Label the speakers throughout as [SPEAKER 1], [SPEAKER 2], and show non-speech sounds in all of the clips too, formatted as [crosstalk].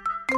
[SPEAKER 1] いつ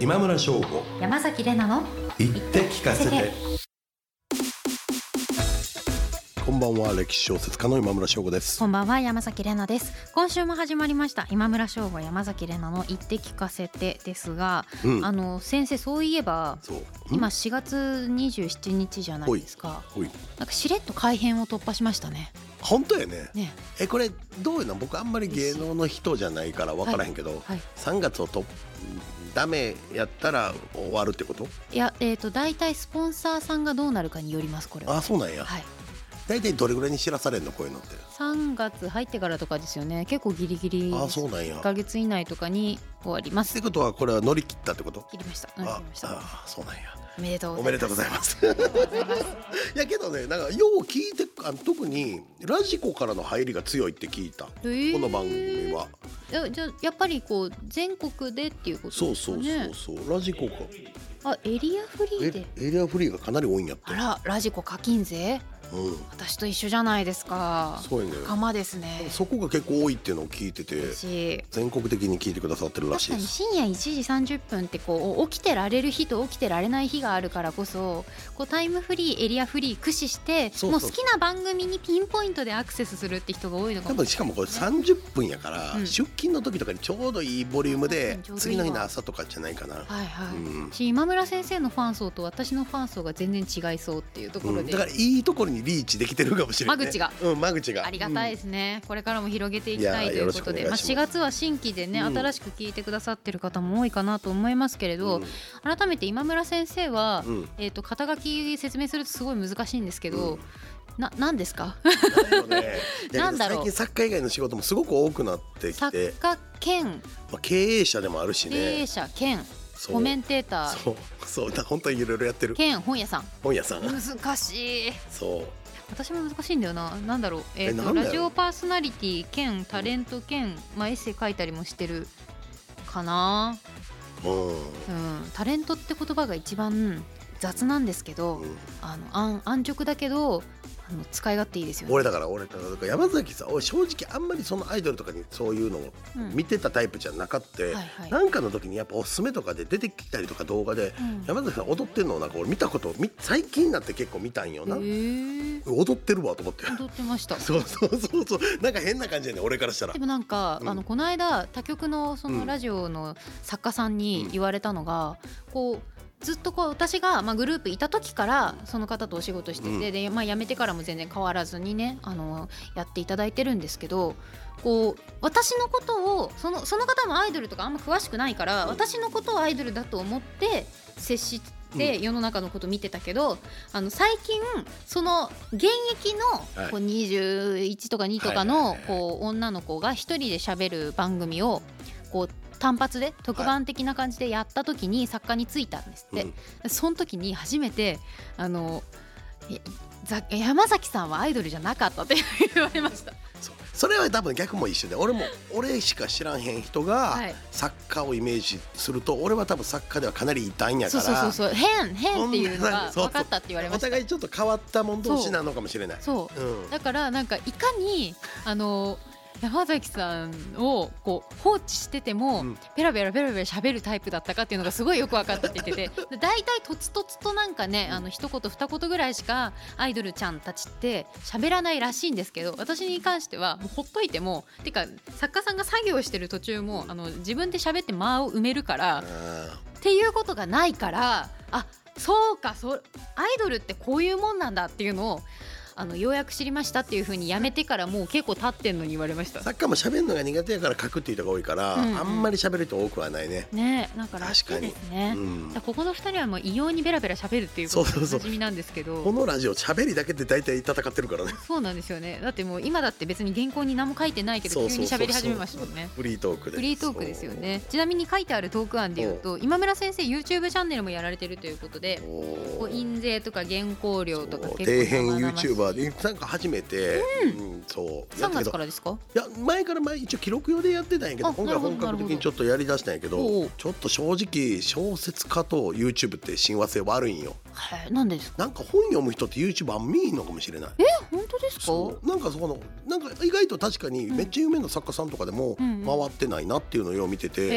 [SPEAKER 2] 今村翔吾
[SPEAKER 3] 山崎れなの
[SPEAKER 2] 言って聞かせて [laughs] こんばんは歴史小説家の今村翔吾です
[SPEAKER 3] こんばんは山崎れなです今週も始まりました今村翔吾山崎れなの言って聞かせてですが、
[SPEAKER 2] うん
[SPEAKER 3] あの先生そういえば
[SPEAKER 2] そうん今
[SPEAKER 3] 4月27日じゃないですか
[SPEAKER 2] ほい
[SPEAKER 3] なんかしれっと改編を突破しましたね
[SPEAKER 2] 本当やね
[SPEAKER 3] ね
[SPEAKER 2] えこれどういうの僕あんまり芸能の人じゃないから分からへんけど、
[SPEAKER 3] はい
[SPEAKER 2] 三月をとダメやったら終わるってこと
[SPEAKER 3] いやえっ、ー、と大体スポンサーさんがどうなるかによりますこれは
[SPEAKER 2] あそうなんや
[SPEAKER 3] はい
[SPEAKER 2] 大体どれぐらいに知らされんのこういうのって
[SPEAKER 3] 3月入ってからとかですよね結構ギリギリ
[SPEAKER 2] あ
[SPEAKER 3] 1
[SPEAKER 2] そうなんやっ
[SPEAKER 3] ヶ月以内とかに終わりま
[SPEAKER 2] て
[SPEAKER 3] す
[SPEAKER 2] ことはこれは乗り切ったってこと
[SPEAKER 3] 切りましたうん切
[SPEAKER 2] あ
[SPEAKER 3] りました
[SPEAKER 2] あそうなんや
[SPEAKER 3] おめでとう
[SPEAKER 2] おめでとうござい [laughs] ます。い
[SPEAKER 3] [laughs]
[SPEAKER 2] やけどね、なんかよう聞いて、あの特にラジコからの入りが強いって聞いた。こ
[SPEAKER 3] えー
[SPEAKER 2] の番組は。
[SPEAKER 3] いやじゃあやっぱりこう全国でっていうこと
[SPEAKER 2] そう
[SPEAKER 3] です
[SPEAKER 2] そ
[SPEAKER 3] か
[SPEAKER 2] う
[SPEAKER 3] ね
[SPEAKER 2] そうそう、ラジコか。
[SPEAKER 3] あエリアフリーで
[SPEAKER 2] え、エリアフリーがかなり多いんやって
[SPEAKER 3] あ。らラジコ課金税
[SPEAKER 2] うん、
[SPEAKER 3] 私と一緒じゃないですか
[SPEAKER 2] そうやね。
[SPEAKER 3] 仲間ですね
[SPEAKER 2] そこが結構多いっていうのを聞いてて、
[SPEAKER 3] 私
[SPEAKER 2] 全国的に聞いてくださってるらし
[SPEAKER 3] 確
[SPEAKER 2] いで
[SPEAKER 3] かに
[SPEAKER 2] す。
[SPEAKER 3] 深夜1時30分ってこう起きてられる日と起きてられない日があるからこそこうタイムフリーエリアフリー駆使して
[SPEAKER 2] そうそう
[SPEAKER 3] もう好きな番組にピンポイントでアクセスするって人が多いのか
[SPEAKER 2] 多
[SPEAKER 3] も
[SPEAKER 2] 分しかもこれ30分やから、
[SPEAKER 3] うん
[SPEAKER 2] 出勤の時とかにちょうどいいボリュームで
[SPEAKER 3] 確かにちょうどい
[SPEAKER 2] 次
[SPEAKER 3] いわ
[SPEAKER 2] の日の朝とかじゃないかな、
[SPEAKER 3] はいはい、
[SPEAKER 2] うん
[SPEAKER 3] し今村先生のファン層と私のファン層が全然違いそうっていうとこ
[SPEAKER 2] う
[SPEAKER 3] ろ
[SPEAKER 2] ん
[SPEAKER 3] で、
[SPEAKER 2] だからいいところにリーチできてるかもしれない、
[SPEAKER 3] 間口が
[SPEAKER 2] うん間口が
[SPEAKER 3] ありがたいですね、これからも広げていきた
[SPEAKER 2] い
[SPEAKER 3] い
[SPEAKER 2] や
[SPEAKER 3] ということで
[SPEAKER 2] よ
[SPEAKER 3] ま
[SPEAKER 2] ろ
[SPEAKER 3] あ、
[SPEAKER 2] しくお
[SPEAKER 3] 4
[SPEAKER 2] 願い
[SPEAKER 3] 月は新規でね、
[SPEAKER 2] うん
[SPEAKER 3] 新しく聞いてくださってる方も多いかなと思いますけれ
[SPEAKER 2] うん
[SPEAKER 3] ど、改めて今村先生は、
[SPEAKER 2] うんうん
[SPEAKER 3] えー、と肩書き説明するとすごい難しいんですけ
[SPEAKER 2] う
[SPEAKER 3] ど、
[SPEAKER 2] ん
[SPEAKER 3] ななんですか
[SPEAKER 2] だよ
[SPEAKER 3] [laughs]
[SPEAKER 2] ね
[SPEAKER 3] なんだろう
[SPEAKER 2] 最近作家以外の仕事もすごく多くなってき
[SPEAKER 3] 作
[SPEAKER 2] て、
[SPEAKER 3] 家兼
[SPEAKER 2] まあ、経営者でもあるし
[SPEAKER 3] 経営
[SPEAKER 2] ね
[SPEAKER 3] 者兼
[SPEAKER 2] そう
[SPEAKER 3] コメンテーター
[SPEAKER 2] そうそうだ本当にいろいろやってる
[SPEAKER 3] 兼本屋さん
[SPEAKER 2] 本屋さん
[SPEAKER 3] 難しい
[SPEAKER 2] そう
[SPEAKER 3] 私も難しいんだよななんだろう、えー、
[SPEAKER 2] な
[SPEAKER 3] と
[SPEAKER 2] んだよ
[SPEAKER 3] ラジオパーソナリティ兼タレント兼、まあ、エッセイ書いたりもしてるかな
[SPEAKER 2] うん、
[SPEAKER 3] うん、タレントって言葉が一番雑なんですけど、
[SPEAKER 2] うん
[SPEAKER 3] あの安安直だけどあの使い勝手いいですよね。
[SPEAKER 2] 俺だから俺だから山崎さん俺正直あんまりそのアイドルとかにそういうのを
[SPEAKER 3] うん
[SPEAKER 2] 見てたタイプじゃなかって、
[SPEAKER 3] はいはい
[SPEAKER 2] なんかの時にやっぱおすすめとかで出てきたりとか動画で、
[SPEAKER 3] うん
[SPEAKER 2] 山崎さん踊ってんのをなんか俺見たことみ最近になって結構見たんよな、
[SPEAKER 3] へー
[SPEAKER 2] 踊ってるわと思って
[SPEAKER 3] 踊ってまし
[SPEAKER 2] [laughs]
[SPEAKER 3] た。
[SPEAKER 2] そうそうそうそうなんか変な感じやね俺からしたら
[SPEAKER 3] でもなんか、
[SPEAKER 2] うん
[SPEAKER 3] あのこの間他局のそうの
[SPEAKER 2] ん
[SPEAKER 3] ラジオの作家さん
[SPEAKER 2] う
[SPEAKER 3] に
[SPEAKER 2] ん
[SPEAKER 3] 言われたのが、こうずっとこう私が、まあ、グループいた時からその方とお仕事してて、
[SPEAKER 2] うん
[SPEAKER 3] でまあ、辞めてからも全然変わらずにねあのやっていただいてるんですけどこう私のことをそのその方もアイドルとかあんま詳しくないから、
[SPEAKER 2] うん
[SPEAKER 3] 私のことをアイドルだと思って接して世の中のこと見てたけど、あの最近その現役
[SPEAKER 2] は
[SPEAKER 3] の
[SPEAKER 2] い
[SPEAKER 3] こう21とか2とか
[SPEAKER 2] はいはいはい
[SPEAKER 3] の
[SPEAKER 2] はい
[SPEAKER 3] こう女の子が一人で喋る番組をこう単発で特番的な感じでやった時に作家に就いたんですって、その時に初めてあのえざ山崎さんはアイドルじゃなかったって [laughs] 言われました。
[SPEAKER 2] そうそれは多分逆も一緒で俺も俺しか知らんへん人が
[SPEAKER 3] はい
[SPEAKER 2] 作家をイメージすると俺は多分作家ではかなり異端や
[SPEAKER 3] そ
[SPEAKER 2] か
[SPEAKER 3] うそうそう
[SPEAKER 2] ら
[SPEAKER 3] そう変変っていうの
[SPEAKER 2] そんな
[SPEAKER 3] が
[SPEAKER 2] そうそう
[SPEAKER 3] 分かったって言われま
[SPEAKER 2] お
[SPEAKER 3] した。
[SPEAKER 2] 互いちょっと変わったもん同士なのかもしれない。
[SPEAKER 3] そう
[SPEAKER 2] うん
[SPEAKER 3] だからなんかいかにあの山崎さんをこう放置してても、
[SPEAKER 2] うん
[SPEAKER 3] ペラペラペラペラ喋るタイプだったかっていうのがすごいよく分かったって言っててで大体とつとつとなんかねあの一言二言ぐらいしかアイドルちゃんたちって喋らないらしいんですけど私に関してはもうほっといてもてか作家さんが作業してる途中もあの自分で喋って間を埋めるから、
[SPEAKER 2] あ
[SPEAKER 3] っていうことがないからあそうかそアイドルってこういうもんなんだっていうのをあのようやく知りましたっていう風にやめてからもう結構経ってんのに言われました
[SPEAKER 2] サッカーも喋るのが苦手やから書くっていう人が多いから、
[SPEAKER 3] うんうん
[SPEAKER 2] あんまり喋る人多くはないね。
[SPEAKER 3] ねなんか楽
[SPEAKER 2] 確かに
[SPEAKER 3] ですね
[SPEAKER 2] う、ん
[SPEAKER 3] じゃあここの二人はもう異様にベラベラ喋るっていうこと
[SPEAKER 2] そうそ
[SPEAKER 3] がお
[SPEAKER 2] うそう
[SPEAKER 3] なじみなんですけど
[SPEAKER 2] このラジオ喋りだけで大体戦ってる
[SPEAKER 3] [laughs]
[SPEAKER 2] からね
[SPEAKER 3] そうなんですよねだってもう今だって別に原稿に何も書いてないけ
[SPEAKER 2] そ
[SPEAKER 3] ど
[SPEAKER 2] うそう
[SPEAKER 3] 急
[SPEAKER 2] そうそ
[SPEAKER 3] に
[SPEAKER 2] う
[SPEAKER 3] 喋り始めましたもんね
[SPEAKER 2] フリートークで
[SPEAKER 3] フリートークですよねちなみに書いてあるトーク案でいうと今村先生 YouTube チャンネルもやられてるということで
[SPEAKER 2] そう
[SPEAKER 3] こう印税とか原稿料とか
[SPEAKER 2] そう
[SPEAKER 3] 結構
[SPEAKER 2] 底辺ユー
[SPEAKER 3] 生々し
[SPEAKER 2] チ
[SPEAKER 3] い
[SPEAKER 2] ューバーでなんか初めて、うんそうやった
[SPEAKER 3] 3
[SPEAKER 2] け
[SPEAKER 3] 月
[SPEAKER 2] ど
[SPEAKER 3] からですか
[SPEAKER 2] いや前から前一応記録用でやってたんやけど
[SPEAKER 3] あ
[SPEAKER 2] 今
[SPEAKER 3] な
[SPEAKER 2] 回
[SPEAKER 3] るほど
[SPEAKER 2] 本格的にちょっとやりだしたんやけ
[SPEAKER 3] なるほ
[SPEAKER 2] ど
[SPEAKER 3] ど
[SPEAKER 2] ちょっと正直小説家と YouTube って親和性悪いんよ
[SPEAKER 3] はいなんでですか
[SPEAKER 2] なんか本読む人って YouTube あんま見えんのかもしれない
[SPEAKER 3] 本当ですか
[SPEAKER 2] そうなんかそこのなんか意外と確かにめっちゃ有名な作家さんとかでも
[SPEAKER 3] うんうん
[SPEAKER 2] 回ってないなっていうのをよう見てて、
[SPEAKER 3] へ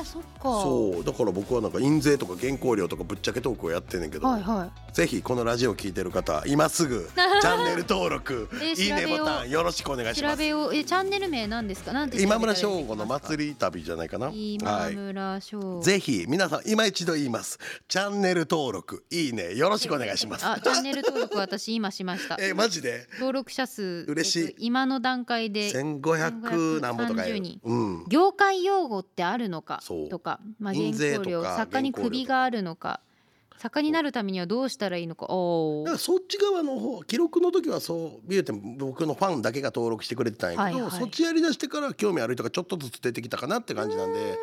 [SPEAKER 3] えそっか
[SPEAKER 2] そうだから僕はなんか印税とか原稿料とかぶっちゃけトークをやってんねんけど、
[SPEAKER 3] はいは
[SPEAKER 2] ぜひこのラジオ聞いてる方今すぐチャンネル登録
[SPEAKER 3] [laughs] えー
[SPEAKER 2] いいね
[SPEAKER 3] 調べよ
[SPEAKER 2] ボ
[SPEAKER 3] う
[SPEAKER 2] タンよろしくお願い
[SPEAKER 3] い
[SPEAKER 2] し
[SPEAKER 3] 調
[SPEAKER 2] ます
[SPEAKER 3] べようえチャンネル名なんですかなんて調べた
[SPEAKER 2] 今村
[SPEAKER 3] ら出てきま
[SPEAKER 2] 翔
[SPEAKER 3] す
[SPEAKER 2] 吾の祭り旅じゃないかな
[SPEAKER 3] 今
[SPEAKER 2] は
[SPEAKER 3] 村翔吾
[SPEAKER 2] いぜひ皆さん今一度言いますチャンネル登録いいねよろしくお願いします
[SPEAKER 3] あチャンネル登録私今しました
[SPEAKER 2] [laughs] えーマジで
[SPEAKER 3] 登録者数
[SPEAKER 2] 嬉しい
[SPEAKER 3] えっと今の段階で
[SPEAKER 2] 1500何本とかやる
[SPEAKER 3] 1530人
[SPEAKER 2] うん
[SPEAKER 3] 業界用語ってあるのか
[SPEAKER 2] そう
[SPEAKER 3] とか、まあ、
[SPEAKER 2] 印税
[SPEAKER 3] 原
[SPEAKER 2] と
[SPEAKER 3] 稿
[SPEAKER 2] か
[SPEAKER 3] 料作家に
[SPEAKER 2] 原稿料と
[SPEAKER 3] 首
[SPEAKER 2] か
[SPEAKER 3] があるのか作家になるためにはどうしたらいいのかお
[SPEAKER 2] だか
[SPEAKER 3] ー
[SPEAKER 2] らそっち側の方記録の時はそう見えて僕のファンだけが登録してくれてたんやけど、
[SPEAKER 3] はいはい
[SPEAKER 2] そっちやりだしてから興味ある人がちょっとずつ出てきたかなって感じなんで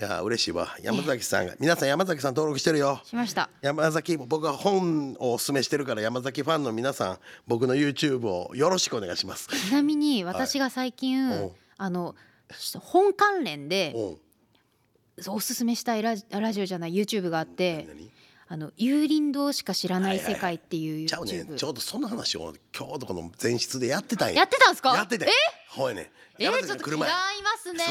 [SPEAKER 2] いや嬉しいわ山崎さんが皆さん山崎さん登録してるよ
[SPEAKER 3] しました
[SPEAKER 2] 山崎僕は本をおすすめしてるから山崎ファンの皆さん僕の YouTube をよろしくお願いします。
[SPEAKER 3] ちなみに私が最近、
[SPEAKER 2] おう
[SPEAKER 3] あの本関連で
[SPEAKER 2] うん
[SPEAKER 3] おすすめしたいラジラジオじゃない YouTube があって
[SPEAKER 2] 何々
[SPEAKER 3] 「あの幽林堂しか知らない世界」っていう YouTube、
[SPEAKER 2] ちゃうねんちょうどその話を今日とこの前室でやってたんや
[SPEAKER 3] やってたんですか
[SPEAKER 2] やってたん
[SPEAKER 3] え
[SPEAKER 2] やほいね
[SPEAKER 3] え
[SPEAKER 2] 山崎
[SPEAKER 3] ちょ
[SPEAKER 2] さ
[SPEAKER 3] っ
[SPEAKER 2] ん
[SPEAKER 3] と違い
[SPEAKER 2] 車や
[SPEAKER 3] ますね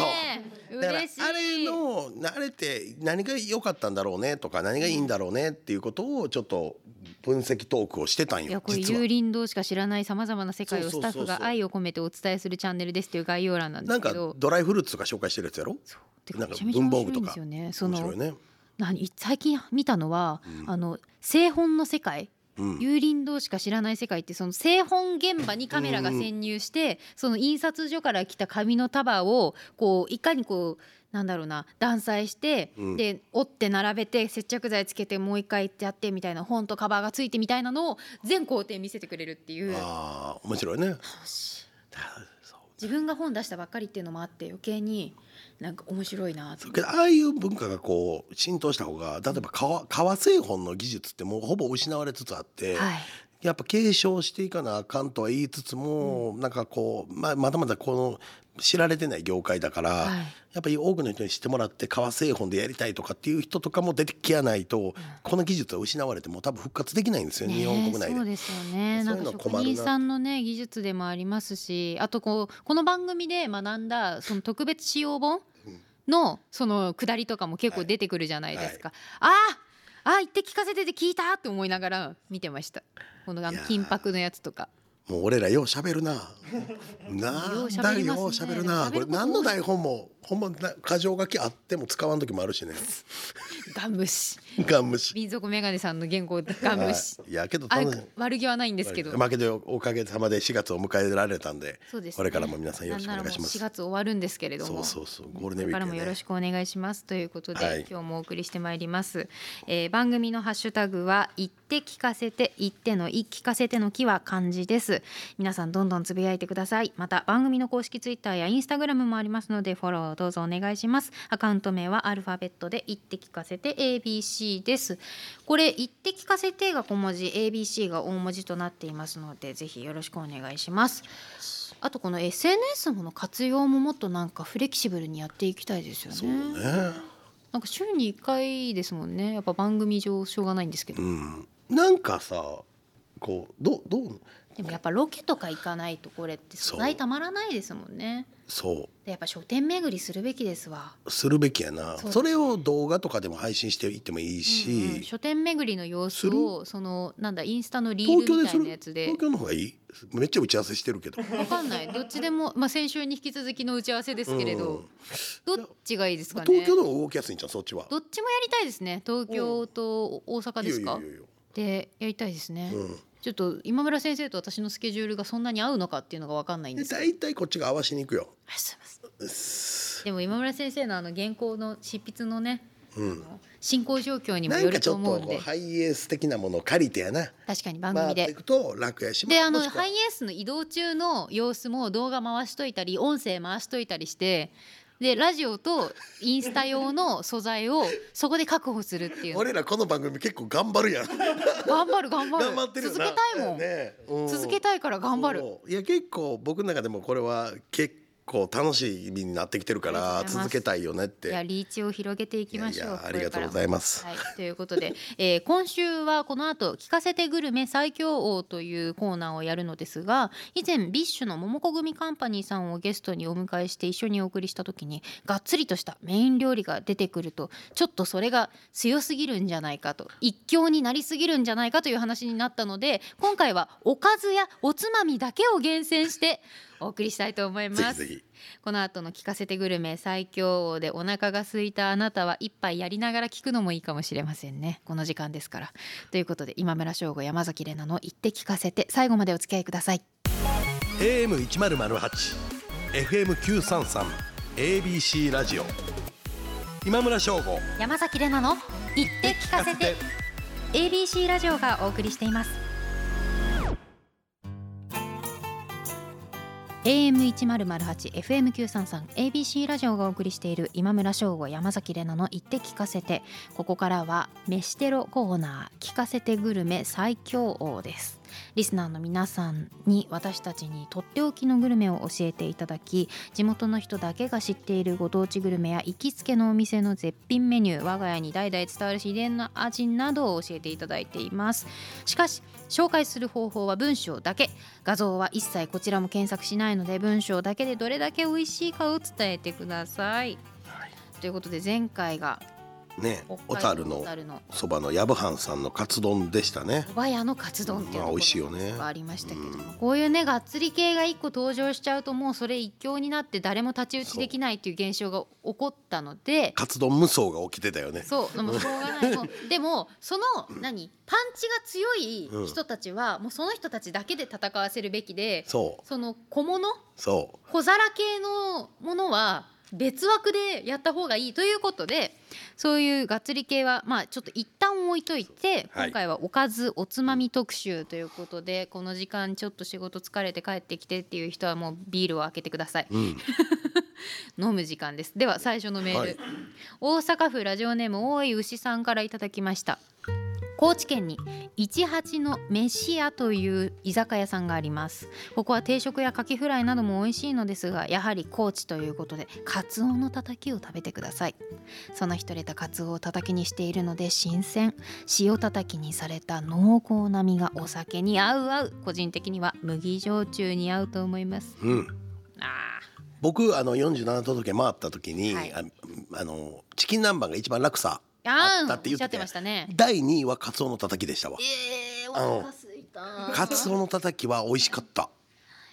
[SPEAKER 2] だから
[SPEAKER 3] 嬉しい
[SPEAKER 2] あれのあれって何が良かったんだろうねとか何がいいんだろうねっていうことをちょっと分析トークをしてたん
[SPEAKER 3] いや
[SPEAKER 2] よ
[SPEAKER 3] これ
[SPEAKER 2] 実
[SPEAKER 3] 幽
[SPEAKER 2] は。
[SPEAKER 3] 林堂しか知らないさまざまな世界を
[SPEAKER 2] そうそうそ
[SPEAKER 3] スタ
[SPEAKER 2] う
[SPEAKER 3] ッ
[SPEAKER 2] そう
[SPEAKER 3] フが愛を込めてお伝えするチャンネルですっていう概要欄なんで
[SPEAKER 2] な
[SPEAKER 3] す
[SPEAKER 2] ん
[SPEAKER 3] け
[SPEAKER 2] か
[SPEAKER 3] ど
[SPEAKER 2] ドライフルーツとか紹介してるやつやろ
[SPEAKER 3] てか
[SPEAKER 2] なん
[SPEAKER 3] め
[SPEAKER 2] か
[SPEAKER 3] ちゃめちゃ
[SPEAKER 2] 文
[SPEAKER 3] 面
[SPEAKER 2] 房具
[SPEAKER 3] 白い
[SPEAKER 2] と
[SPEAKER 3] ん
[SPEAKER 2] か
[SPEAKER 3] ですよねそ
[SPEAKER 2] 面白
[SPEAKER 3] の
[SPEAKER 2] いね。
[SPEAKER 3] 何最近見たのは、
[SPEAKER 2] うん
[SPEAKER 3] あの製本の世界
[SPEAKER 2] うん
[SPEAKER 3] 幽林堂しか知らない世界ってその製本現場にカメラが潜入して、その印刷所から来た紙の束をこういかにこうなんだろうな断裁して、
[SPEAKER 2] うん
[SPEAKER 3] で折って並べて接着剤つけてもう一回やってみたいな本とカバーがついてみたいなのを全工程見せてくれるっていう。
[SPEAKER 2] ああ面白い
[SPEAKER 3] [laughs]
[SPEAKER 2] ね。
[SPEAKER 3] 楽しい
[SPEAKER 2] そう
[SPEAKER 3] 自分が本出したばっかりっていうのもあって余計になんか面白いなと
[SPEAKER 2] けどああいう文化がこう浸透した方が例えば革革製本の技術ってもうほぼ失われつつあって、
[SPEAKER 3] はい、
[SPEAKER 2] やっぱ継承していかなあかんとは言いつつも、なんかこうままだまだこの知られてない業界だから、
[SPEAKER 3] はい
[SPEAKER 2] やっぱり多くの人に知ってもらって革製本でやりたいとかっていう人とかも出てきやないと、この技術は失われてもう多分復活できないんですよ、
[SPEAKER 3] ねえ
[SPEAKER 2] 日本国内で。
[SPEAKER 3] そうですよね
[SPEAKER 2] そ
[SPEAKER 3] な
[SPEAKER 2] ういうんのは
[SPEAKER 3] か職
[SPEAKER 2] 困るな
[SPEAKER 3] 人さんのね技術でもありますしあとこうこの番組で学んだその特別使用本
[SPEAKER 2] うん
[SPEAKER 3] のその下りとかも結構出てくるじゃないですか、あーあー言って聞かせてて聞いたって思いながら見てましたこのあ
[SPEAKER 2] い
[SPEAKER 3] の
[SPEAKER 2] やー
[SPEAKER 3] 金箔のやつとか
[SPEAKER 2] もう俺らよう喋る
[SPEAKER 3] [laughs]
[SPEAKER 2] な。なんだよ
[SPEAKER 3] よ
[SPEAKER 2] う
[SPEAKER 3] う喋りますね
[SPEAKER 2] 喋るな。
[SPEAKER 3] 喋ること
[SPEAKER 2] これ何の台本もほんまな箇条書きあっても使わん時もあるしね。
[SPEAKER 3] ガン
[SPEAKER 2] [laughs]
[SPEAKER 3] 無視
[SPEAKER 2] ガン無視。
[SPEAKER 3] 民族メガネさんの原稿ガン
[SPEAKER 2] [laughs]
[SPEAKER 3] 無視
[SPEAKER 2] はいいやけど
[SPEAKER 3] あ
[SPEAKER 2] 楽しい
[SPEAKER 3] 悪気はないんですけど
[SPEAKER 2] まあけどおかげさまで4月を迎えられたんで、
[SPEAKER 3] そうです、ね。
[SPEAKER 2] これからも皆さんよろしくお願いします
[SPEAKER 3] なんならもう4。月終わるんですけれど
[SPEAKER 2] そ
[SPEAKER 3] も。
[SPEAKER 2] うそうそうゴールデンウィーク
[SPEAKER 3] これから
[SPEAKER 2] や
[SPEAKER 3] もよろ
[SPEAKER 2] ね
[SPEAKER 3] しくお願いしますということで、
[SPEAKER 2] はい
[SPEAKER 3] 今日もお送りしてまいります、えー番組のハッシュタグは言って聞かせて言っての言聞かせての木は漢字です皆さんどんどんつぶやいてくださいまた番組の公式ツイッターやインスタグラムもありますのでフォローをどうぞお願いしますアカウント名はアルファベットで言って聞かせて ABC ですこれ言って聞かせてが小文字 ABC が大文字となっていますのでぜひよろしくお願いしますあとこの SNS もの活用ももっとなんかフレキシブルにやっていきたいですよね。
[SPEAKER 2] ね。
[SPEAKER 3] なんか週に1回ですもんねやっぱ番組上しょうがないんですけど、
[SPEAKER 2] うん。なんかさ、こうどうどう
[SPEAKER 3] でもやっぱロケとか行かないとこれって
[SPEAKER 2] そう
[SPEAKER 3] 素材たまらないですもんね
[SPEAKER 2] そ
[SPEAKER 3] でやっぱ書店巡りするべきですわ、
[SPEAKER 2] うするべきやな。
[SPEAKER 3] そう
[SPEAKER 2] それを動画とかでも配信していってもいい
[SPEAKER 3] うんうん
[SPEAKER 2] し、
[SPEAKER 3] 書店巡りの様子をそのなんだインスタのリー
[SPEAKER 2] 東京
[SPEAKER 3] ルみ
[SPEAKER 2] で
[SPEAKER 3] た
[SPEAKER 2] す
[SPEAKER 3] い
[SPEAKER 2] る
[SPEAKER 3] なやつで
[SPEAKER 2] 東京の方がいい。めっちゃ打ち合わせしてるけ
[SPEAKER 3] [laughs]
[SPEAKER 2] ど。
[SPEAKER 3] わかんないどっちでも、まあ、先週に引き続きの打ち合わせですけれ
[SPEAKER 2] う
[SPEAKER 3] ど
[SPEAKER 2] ん、
[SPEAKER 3] どっちがいいですかね
[SPEAKER 2] 東京の方が動きやすいんじゃんそっちは。
[SPEAKER 3] どっちもやりたいですね東京と大阪ですか
[SPEAKER 2] いいよいいよいいよ
[SPEAKER 3] でやりたいですね、
[SPEAKER 2] うん。
[SPEAKER 3] ちょっと今村先生と私のスケジュールがそんなに合うのかっていうのが分かんないん
[SPEAKER 2] で
[SPEAKER 3] ですけど
[SPEAKER 2] 大体こっちが合わしに行くよ
[SPEAKER 3] あすいません
[SPEAKER 2] うっす
[SPEAKER 3] でも今村先生のあの原稿の執筆のね
[SPEAKER 2] うん
[SPEAKER 3] 進行状況にも
[SPEAKER 2] な
[SPEAKER 3] よ
[SPEAKER 2] んか
[SPEAKER 3] る
[SPEAKER 2] ち
[SPEAKER 3] と
[SPEAKER 2] ょっ
[SPEAKER 3] 思う
[SPEAKER 2] と
[SPEAKER 3] ん
[SPEAKER 2] こう
[SPEAKER 3] で
[SPEAKER 2] ハイエース的なものを借りてやな
[SPEAKER 3] 確かに番
[SPEAKER 2] 回っ
[SPEAKER 3] 組
[SPEAKER 2] てい
[SPEAKER 3] で。
[SPEAKER 2] くと楽やし
[SPEAKER 3] であの
[SPEAKER 2] もしくは
[SPEAKER 3] ハイエースの移動中の様子も動画回しといたり音声回しといたりしてでラジオとインスタ用の素材をそこで確保するっていう
[SPEAKER 2] 俺らこの番組結構頑張るやん
[SPEAKER 3] 頑張る頑張る
[SPEAKER 2] 頑張ってるよ
[SPEAKER 3] 続
[SPEAKER 2] な
[SPEAKER 3] けたいもん、
[SPEAKER 2] ねうん
[SPEAKER 3] 続けたいから頑張る
[SPEAKER 2] そういや結構僕の中でもこれは結構楽しみになってきてるか
[SPEAKER 3] あ
[SPEAKER 2] ら
[SPEAKER 3] りがとうございま
[SPEAKER 2] 続
[SPEAKER 3] す
[SPEAKER 2] けたいよねって
[SPEAKER 3] いやリーチを広げていきましょう
[SPEAKER 2] いやいや
[SPEAKER 3] こ
[SPEAKER 2] あ
[SPEAKER 3] れ
[SPEAKER 2] りが
[SPEAKER 3] から
[SPEAKER 2] とうご
[SPEAKER 3] も
[SPEAKER 2] ざいます
[SPEAKER 3] はい、ということで、 [laughs] えー今週はこの後聞かせてグルメ最強王というコーナーをやるのですが以前ビッシュの桃子組カンパニーさんをゲストにお迎えして一緒にお送りした時にがっつりとしたメイン料理が出てくるとちょっとそれが強すぎるんじゃないかと一強になりすぎるんじゃないかという話になったので今回はおかずやおつまみだけを厳選してお送りしたいと思います。
[SPEAKER 2] ぜひぜひ
[SPEAKER 3] この後の聞かせてグルメ最強王でお腹が空いたあなたは一杯やりながら聞くのもいいかもしれませんねこの時間ですからということで今村翔吾山崎怜奈の言って聞かせて最後までお付き合いください
[SPEAKER 2] AM 一ゼロゼロ八、FM 九三三、ABC ラジオ。今村翔吾。
[SPEAKER 3] 山崎怜奈の言って聞かせて ABC ラジオがお送りしています AM1008 FM933 ABC ラジオがお送りしている今村翔吾山崎怜奈の言って聞かせてここからは飯テロコーナー聞かせてグルメ最強王ですリスナーの皆さんに私たちにとっておきのグルメを教えていただき地元の人だけが知っているご当地グルメや行きつけのお店の絶品メニュー我が家に代々伝わる秘伝の味などを教えていただいていますしかし紹介する方法は文章だけ画像は一切こちらも検索しないので文章だけでどれだけ美味しいかを伝えてください、ということで前回が
[SPEAKER 2] ね
[SPEAKER 3] 北海、道
[SPEAKER 2] 小樽
[SPEAKER 3] 小
[SPEAKER 2] の
[SPEAKER 3] 樽の
[SPEAKER 2] そばのヤブハンさんのカツ丼でしたね
[SPEAKER 3] お。ばやのカツ丼っていう
[SPEAKER 2] まあ美味しいよね
[SPEAKER 3] がありましたけど、
[SPEAKER 2] うん
[SPEAKER 3] こういうねがっつり系が一個登場しちゃうともうそれ一強になって誰も太刀打ちできないっていう現象が起こったので
[SPEAKER 2] カツ丼無双が起きてたよね。
[SPEAKER 3] そうでもしょうがないもうでもその何パンチが強い人たちは、もうその人たちだけで戦わせるべきで
[SPEAKER 2] そ
[SPEAKER 3] その小物
[SPEAKER 2] う、そ
[SPEAKER 3] 小皿系のものは別枠でやった方がいいということでそういうがっつり系はまあちょっと一旦置いといて、
[SPEAKER 2] はい。
[SPEAKER 3] 今回はおかずおつまみ特集ということでこの時間ちょっと仕事疲れて帰ってきてっていう人はもうビールを開けてくださいう
[SPEAKER 2] うん。
[SPEAKER 3] 飲む時間ですでは最初のメール、
[SPEAKER 2] はい
[SPEAKER 3] 大阪府ラジオネーム大井牛さんからいただきました高知県に18の飯屋という居酒屋さんがありますここは定食やカキフライなども美味しいのですがやはり高知ということでカツオのたたきを食べてくださいその日取れたカツオをたたきにしているので新鮮塩たたきにされた濃厚な身がお酒に合う合う個人的には麦焼酎に合うと思います
[SPEAKER 2] うん。
[SPEAKER 3] あ
[SPEAKER 2] 僕あの47都道府県回った時に、
[SPEAKER 3] はい
[SPEAKER 2] ああのチキン南蛮が一番楽さ
[SPEAKER 3] ーあー
[SPEAKER 2] あったって言ってたよ
[SPEAKER 3] おっしゃってましたね
[SPEAKER 2] 第2位はカツオのたたきでしたわ
[SPEAKER 3] えー、お
[SPEAKER 2] の
[SPEAKER 3] 腹すいた。
[SPEAKER 2] カツオのたたきは美味しかった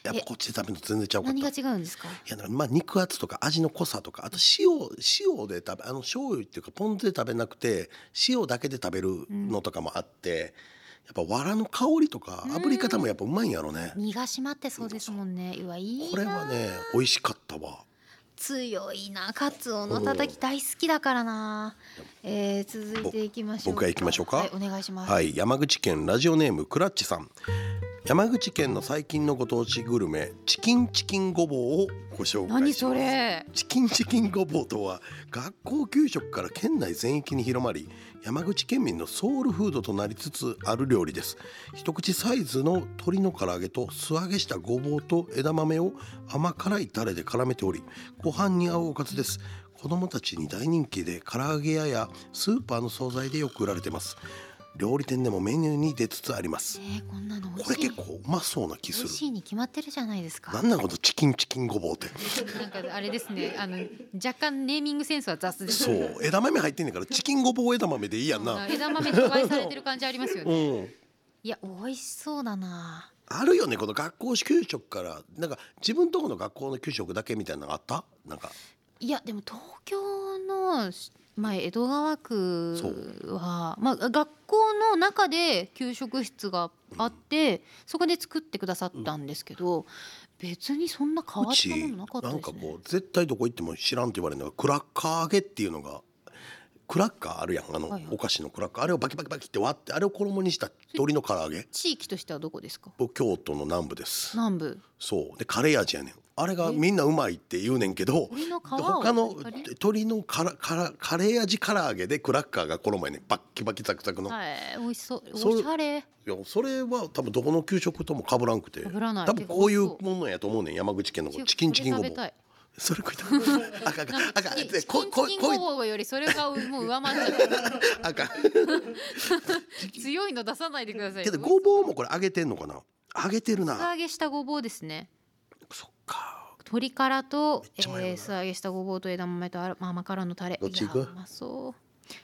[SPEAKER 2] やっぱこっちで食べるの全然ちゃうかった
[SPEAKER 3] 何が違うんですか。
[SPEAKER 2] いやだからまあ肉厚とか味の濃さとかあと塩塩で食べあの醤油っていうかポン酢で食べなくて塩だけで食べるのとかもあって、やっぱ藁の香りとか炙り方もやっぱうまいんやろね、
[SPEAKER 3] 身が締まってそうですもんね。うわいいな。
[SPEAKER 2] これはね美味しかったわ
[SPEAKER 3] 強いな。カツオのたたき大好きだからな。えー、続いていきましょう
[SPEAKER 2] 僕
[SPEAKER 3] か。
[SPEAKER 2] 僕が行きましょうか
[SPEAKER 3] はい、お願いします。
[SPEAKER 2] はい山口県ラジオネームクラッチさん山口県の最近のご当地グルメチキンチキンごぼうをご紹介します
[SPEAKER 3] 何それ。
[SPEAKER 2] チキンチキンごぼうとは学校給食から県内全域に広まり山口県民のソウルフードとなりつつある料理です一口サイズの鶏の唐揚げと素揚げしたごぼうと枝豆を甘辛いタレで絡めておりご飯に合うおかずです子どもたちに大人気で唐揚げ屋やスーパーの惣菜でよく売られてます料理店でもメニューに出つつありま
[SPEAKER 3] え
[SPEAKER 2] す
[SPEAKER 3] ー、こんなの美
[SPEAKER 2] これ
[SPEAKER 3] 味しい。
[SPEAKER 2] 結構うまそうな気
[SPEAKER 3] 美
[SPEAKER 2] す
[SPEAKER 3] 味
[SPEAKER 2] る
[SPEAKER 3] しいに決まってるじゃないですか。
[SPEAKER 2] なんなんこのチキンチキンごぼうって
[SPEAKER 3] なんかあれですね。あの若干ネーミングセンスは雑です。
[SPEAKER 2] そ。う枝豆入ってんね
[SPEAKER 3] [laughs]
[SPEAKER 2] んからチキンごぼう枝豆でいいやんな
[SPEAKER 3] 枝豆と加えされてる感じありますよ
[SPEAKER 2] う
[SPEAKER 3] ね。
[SPEAKER 2] ん
[SPEAKER 3] いや美味しそうだな。
[SPEAKER 2] あるよねこの学校給食からなんか自分とこの学校の給食だけみたいなのがあったなんか
[SPEAKER 3] いやでも東京のし前江戸川区
[SPEAKER 2] そう
[SPEAKER 3] は、まあ、学校の中で給食室があってそこで作ってくださったんですけど、別にそんな変わ
[SPEAKER 2] う
[SPEAKER 3] った
[SPEAKER 2] ち
[SPEAKER 3] ものなかった
[SPEAKER 2] なん
[SPEAKER 3] で
[SPEAKER 2] か
[SPEAKER 3] すね
[SPEAKER 2] こう絶対どこ行っても知らんって言われるのがクラッカー揚げっていうのがクラッカーあるやんあの
[SPEAKER 3] はいはい
[SPEAKER 2] お菓子のクラッカーあれをバキバキバキって割ってあれを衣にした鶏の唐揚げ
[SPEAKER 3] 地域としてはどこですか
[SPEAKER 2] 僕京都の南部です
[SPEAKER 3] 南部
[SPEAKER 2] そうでカレー味やねんあれがみんなうまいって言うねんけど
[SPEAKER 3] 鳥の皮を
[SPEAKER 2] 他の
[SPEAKER 3] カリカリ
[SPEAKER 2] 鶏のからからカレー味唐揚げでクラッカーがこの前ねバッキバキザクザクの、
[SPEAKER 3] はい美味しそう
[SPEAKER 2] それ
[SPEAKER 3] おしゃれ
[SPEAKER 2] いやそれは多分どこの給食とも被らんくて
[SPEAKER 3] 被らない
[SPEAKER 2] 多分こういうものやと思うねん山口県の
[SPEAKER 3] ち
[SPEAKER 2] チキンチキンご
[SPEAKER 3] こ
[SPEAKER 2] ぼ
[SPEAKER 3] れ
[SPEAKER 2] う
[SPEAKER 3] 食べたい
[SPEAKER 2] それ食いた
[SPEAKER 3] [laughs]
[SPEAKER 2] い赤赤
[SPEAKER 3] なんか
[SPEAKER 2] 赤
[SPEAKER 3] チキ
[SPEAKER 2] で
[SPEAKER 3] ンチキ
[SPEAKER 2] こ
[SPEAKER 3] ン
[SPEAKER 2] ここい
[SPEAKER 3] ごぼうよりそれがもう上回っち
[SPEAKER 2] [laughs]
[SPEAKER 3] ゃう
[SPEAKER 2] 赤
[SPEAKER 3] 強いの出さないでください
[SPEAKER 2] けどごぼうもこれ揚げてんのかな揚げてる
[SPEAKER 3] 素揚
[SPEAKER 2] な
[SPEAKER 3] げしたごぼうですね
[SPEAKER 2] そっか
[SPEAKER 3] 鶏からと
[SPEAKER 2] めっ、
[SPEAKER 3] え
[SPEAKER 2] ちゃ迷うな
[SPEAKER 3] ー、素揚げしたごぼうと枝豆とあら甘辛のタレ
[SPEAKER 2] どっち
[SPEAKER 3] いや
[SPEAKER 2] 行く
[SPEAKER 3] うまそう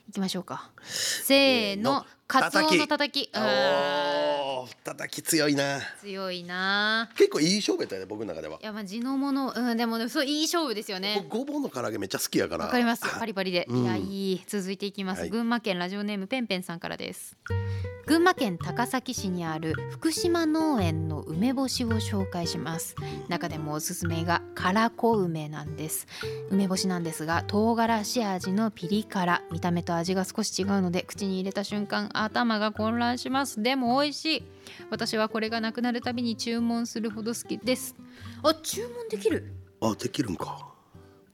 [SPEAKER 3] 行きましょうかせーの
[SPEAKER 2] た
[SPEAKER 3] カツ
[SPEAKER 2] たき
[SPEAKER 3] オのたたきあ
[SPEAKER 2] おー叩き強いな
[SPEAKER 3] ー強いな
[SPEAKER 2] 結構いい勝負やったよね僕の中ではい
[SPEAKER 3] やまあ地のものうんでもねそういい勝負ですよね
[SPEAKER 2] 僕ごぼうの唐揚げめっちゃ好きやから
[SPEAKER 3] わかりますパリパリで、
[SPEAKER 2] うん
[SPEAKER 3] いやいい続いていきます、
[SPEAKER 2] はい
[SPEAKER 3] 群馬県ラジオネームペンペンさんからです群馬県高崎市にある福島農園の梅干しを紹介します中でもおすすめが辛子梅なんです梅干しなんですが唐辛子味のピリ辛見た目と味が少し違うので口に入れた瞬間頭が混乱しますでも美味しい私はこれがなくなるたびに注文するほど好きですあ注文できる
[SPEAKER 2] あできるんか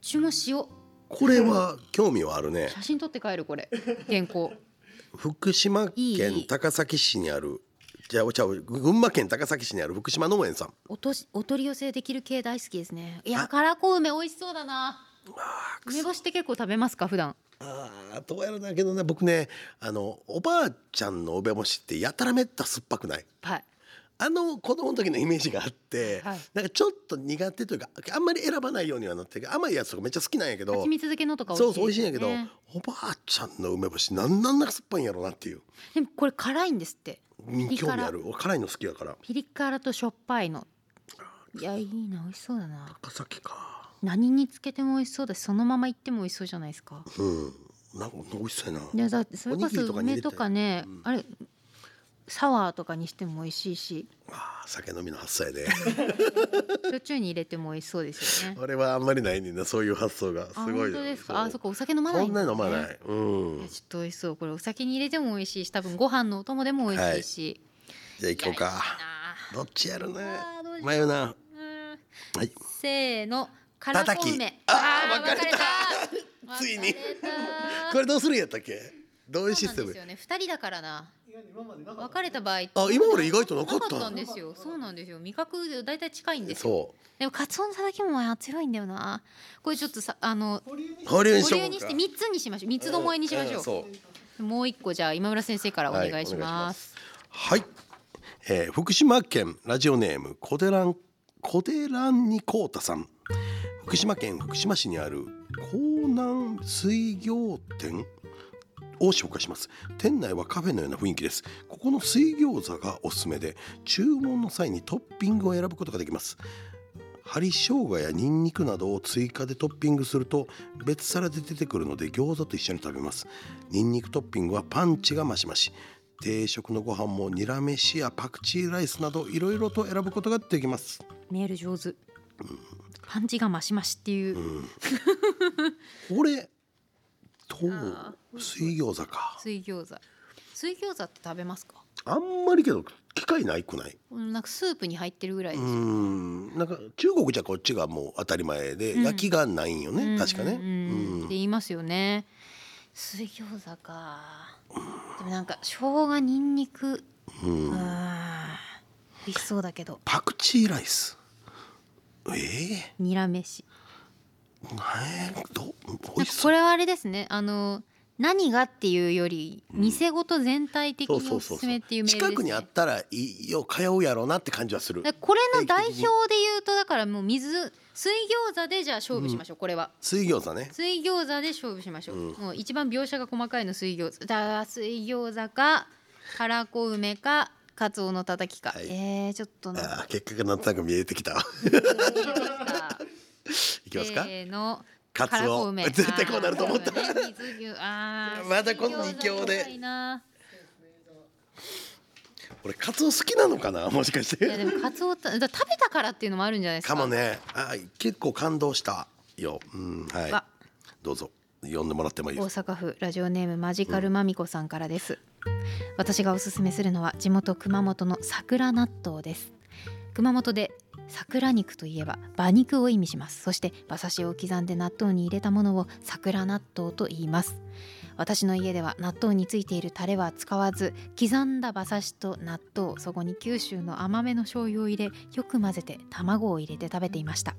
[SPEAKER 3] 注文しよう
[SPEAKER 2] これは興味はあるね
[SPEAKER 3] 写真撮って帰る
[SPEAKER 2] [laughs]
[SPEAKER 3] これ原稿
[SPEAKER 2] 福島
[SPEAKER 3] い
[SPEAKER 2] 県
[SPEAKER 3] い
[SPEAKER 2] 高崎市にあるじゃあじゃあ群馬県高崎市にある福島農園さん
[SPEAKER 3] おとしお取り寄せできる系大好きですねい
[SPEAKER 2] あ
[SPEAKER 3] や辛子梅美味しそうだな
[SPEAKER 2] あーく
[SPEAKER 3] 梅
[SPEAKER 2] そ
[SPEAKER 3] 干しって結構食べますか普段
[SPEAKER 2] あーどうやらだけどね僕ねあのおばあちゃんの梅干しってやたらめった酸っぱくない
[SPEAKER 3] はい
[SPEAKER 2] あの子供の時のイメージがあって、
[SPEAKER 3] はい
[SPEAKER 2] なんかちょっと苦手というかあんまり選ばないようにはなってるけど甘いやつとかめっちゃ好きなんやけど
[SPEAKER 3] 蜂蜜漬けのとか
[SPEAKER 2] そうそう美味
[SPEAKER 3] 美味
[SPEAKER 2] し
[SPEAKER 3] し
[SPEAKER 2] い
[SPEAKER 3] い
[SPEAKER 2] ん
[SPEAKER 3] で
[SPEAKER 2] や
[SPEAKER 3] す
[SPEAKER 2] け
[SPEAKER 3] ね
[SPEAKER 2] ど、おばあちゃんの梅干しなんなんなんか酸っぱいんやろうなっていう
[SPEAKER 3] でもこれ辛いんですって
[SPEAKER 2] うん
[SPEAKER 3] ピリ
[SPEAKER 2] 興
[SPEAKER 3] 辛
[SPEAKER 2] 味ある俺辛いの好きやから
[SPEAKER 3] ピリ辛としょっぱいのいやいいな美味しそうだな
[SPEAKER 2] 高崎か
[SPEAKER 3] 何につけても美味しそうだしそのままいっても美味しそうじゃないですか
[SPEAKER 2] うんなんか美味しそうやない
[SPEAKER 3] やだってそれこそ
[SPEAKER 2] おにぎり
[SPEAKER 3] 梅
[SPEAKER 2] と
[SPEAKER 3] と
[SPEAKER 2] か
[SPEAKER 3] かね
[SPEAKER 2] うん
[SPEAKER 3] あれサワーとかにしても美味しいし
[SPEAKER 2] あー酒飲みの発想やで
[SPEAKER 3] 焼酎に入れても美味しそうですよね
[SPEAKER 2] 俺はあんまりないねんなそういう発想が [laughs] す
[SPEAKER 3] あ
[SPEAKER 2] ごい
[SPEAKER 3] 本
[SPEAKER 2] よ
[SPEAKER 3] 当です
[SPEAKER 2] そう
[SPEAKER 3] かあそっかお酒飲まない
[SPEAKER 2] そんな
[SPEAKER 3] です
[SPEAKER 2] に
[SPEAKER 3] ね
[SPEAKER 2] 飲まないうん
[SPEAKER 3] いやちょっと美味しそうこれお酒に入れても美味しいし多分ご飯のお供でも美味しいし、
[SPEAKER 2] じゃあ行こう
[SPEAKER 3] いやいい
[SPEAKER 2] か
[SPEAKER 3] な
[SPEAKER 2] どっちやるね
[SPEAKER 3] あーどうしよう
[SPEAKER 2] 迷うな
[SPEAKER 3] うん
[SPEAKER 2] はい
[SPEAKER 3] せーの
[SPEAKER 2] たたき
[SPEAKER 3] 辛子梅
[SPEAKER 2] あー
[SPEAKER 3] ー
[SPEAKER 2] 分かれた
[SPEAKER 3] 分か
[SPEAKER 2] [laughs]
[SPEAKER 3] れた
[SPEAKER 2] ついに
[SPEAKER 3] 分かれた
[SPEAKER 2] これどうするんやったっけどういうシステ
[SPEAKER 3] そう
[SPEAKER 2] ム
[SPEAKER 3] なんですよね二人だからな別れた場合
[SPEAKER 2] あ今俺意外とな
[SPEAKER 3] な
[SPEAKER 2] か
[SPEAKER 3] か
[SPEAKER 2] っ
[SPEAKER 3] ったたんですよそうなんですよ味覚で大体近いんです
[SPEAKER 2] そ
[SPEAKER 3] よでもカツオのたたきも強いんだよなこれちょっとさあの
[SPEAKER 2] う保留にしとこ
[SPEAKER 3] 保留
[SPEAKER 2] う
[SPEAKER 3] にし
[SPEAKER 2] か
[SPEAKER 3] て三つにしましょう三つどもえにしましょう,、
[SPEAKER 2] んんそ
[SPEAKER 3] もう一個じゃあ今村先生からお願いします,、
[SPEAKER 2] はい、えー福島県ラジオネームコデランコデランニコータさん福島県福島市にある江南水餃店を紹介します店内はカフェのような雰囲気ですここの水餃子がおすすめで注文の際にトッピングを選ぶことができます針生姜やニンニクなどを追加でトッピングすると別皿で出てくるので餃子と一緒に食べますニンニクトッピングはパンチが増し増し定食のご飯もニラ飯やパクチーライスなどいろいろと選ぶことができます
[SPEAKER 3] メール上手、パンチが増し増しっていう、
[SPEAKER 2] [laughs] これと
[SPEAKER 3] あ
[SPEAKER 2] 水餃子か
[SPEAKER 3] 水餃子水餃子って食べますか
[SPEAKER 2] あんまりけど機会ないくない
[SPEAKER 3] うんなんかスープに入ってるぐらいうです、
[SPEAKER 2] んなんか中国じゃこっちがもう当たり前で、
[SPEAKER 3] うん
[SPEAKER 2] 焼きがないんよね、
[SPEAKER 3] うん
[SPEAKER 2] 確かね、
[SPEAKER 3] うんって言いますよね水餃子かでもなんか生姜にんにく
[SPEAKER 2] うん
[SPEAKER 3] うん美味しそうだけど
[SPEAKER 2] パクチーライスえー、
[SPEAKER 3] にらめし
[SPEAKER 2] えー、ど美
[SPEAKER 3] なん
[SPEAKER 2] 味
[SPEAKER 3] か
[SPEAKER 2] しそ
[SPEAKER 3] こ
[SPEAKER 2] う
[SPEAKER 3] れはあれですねあの何がっていうより店ごと全体的におすすめっていうメールです、ね、
[SPEAKER 2] 近くにあったらいいよ通うやろうなって感じはする
[SPEAKER 3] だからこれの代
[SPEAKER 2] 定期
[SPEAKER 3] 表で
[SPEAKER 2] 的に
[SPEAKER 3] 言うとだからもう水水餃子でじゃあ勝負しましょう、これは
[SPEAKER 2] 水餃子ね
[SPEAKER 3] 水餃子で勝負しましょう、
[SPEAKER 2] うん
[SPEAKER 3] もう一番描写が細かいの水餃子だから水餃子かたらこ梅かカツオのたたきか、
[SPEAKER 2] はい
[SPEAKER 3] えー、ちょっとなんか
[SPEAKER 2] あー結果がなんとなく見えてきた [laughs]
[SPEAKER 3] [laughs]
[SPEAKER 2] いきますか、
[SPEAKER 3] せーの
[SPEAKER 2] カツオ
[SPEAKER 3] たらこ梅
[SPEAKER 2] 絶対こうなると思った
[SPEAKER 3] あーそうだね
[SPEAKER 2] [laughs]
[SPEAKER 3] 水餃子あー
[SPEAKER 2] またこの二強で
[SPEAKER 3] 水餃子弱いな
[SPEAKER 2] 俺カツオ好きなのかな [laughs] もしかし
[SPEAKER 3] いやで
[SPEAKER 2] て
[SPEAKER 3] もカツオただ食べたからっていうのもあるんじゃないですか
[SPEAKER 2] かもねあ結構感動したようんはい
[SPEAKER 3] わ
[SPEAKER 2] どうぞ呼んでもらってもいい
[SPEAKER 3] 大
[SPEAKER 2] です
[SPEAKER 3] 阪府ラジオネームマジカルまみこさんからです、私がおすすめするのは地元熊本の桜納豆です熊本で桜肉といえば馬肉を意味しますそして馬刺しを刻んで納豆に入れたものを桜納豆と言います私の家では納豆についているタレは使わず刻んだ馬刺しと納豆そこに九州の甘めの醤油を入れよく混ぜて卵を入れて食べていました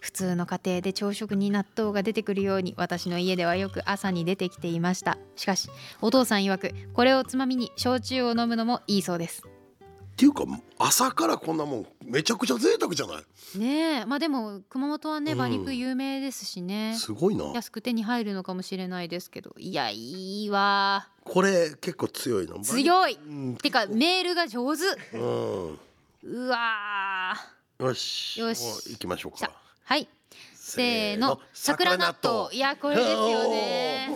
[SPEAKER 3] 普通の家庭で朝食に納豆が出てくるように私の家ではよく朝に出てきていましたしかしお父さん曰くこれをつまみに焼酎を飲むのもいいそうです
[SPEAKER 2] っていうか朝からこんなもんめちゃくちゃ贅沢じゃな
[SPEAKER 3] ねえまあでも熊本はね
[SPEAKER 2] うん
[SPEAKER 3] 馬肉有名ですしね
[SPEAKER 2] い、すごいな
[SPEAKER 3] 安く手に入るのかもしれないですけどいやいいわ
[SPEAKER 2] これ結構強いの
[SPEAKER 3] 強い
[SPEAKER 2] うん
[SPEAKER 3] てかメールが上手
[SPEAKER 2] うん
[SPEAKER 3] うわ
[SPEAKER 2] よし
[SPEAKER 3] よし
[SPEAKER 2] もう行きましょう
[SPEAKER 3] さ
[SPEAKER 2] か
[SPEAKER 3] はいせーの桜納豆いやこれですよね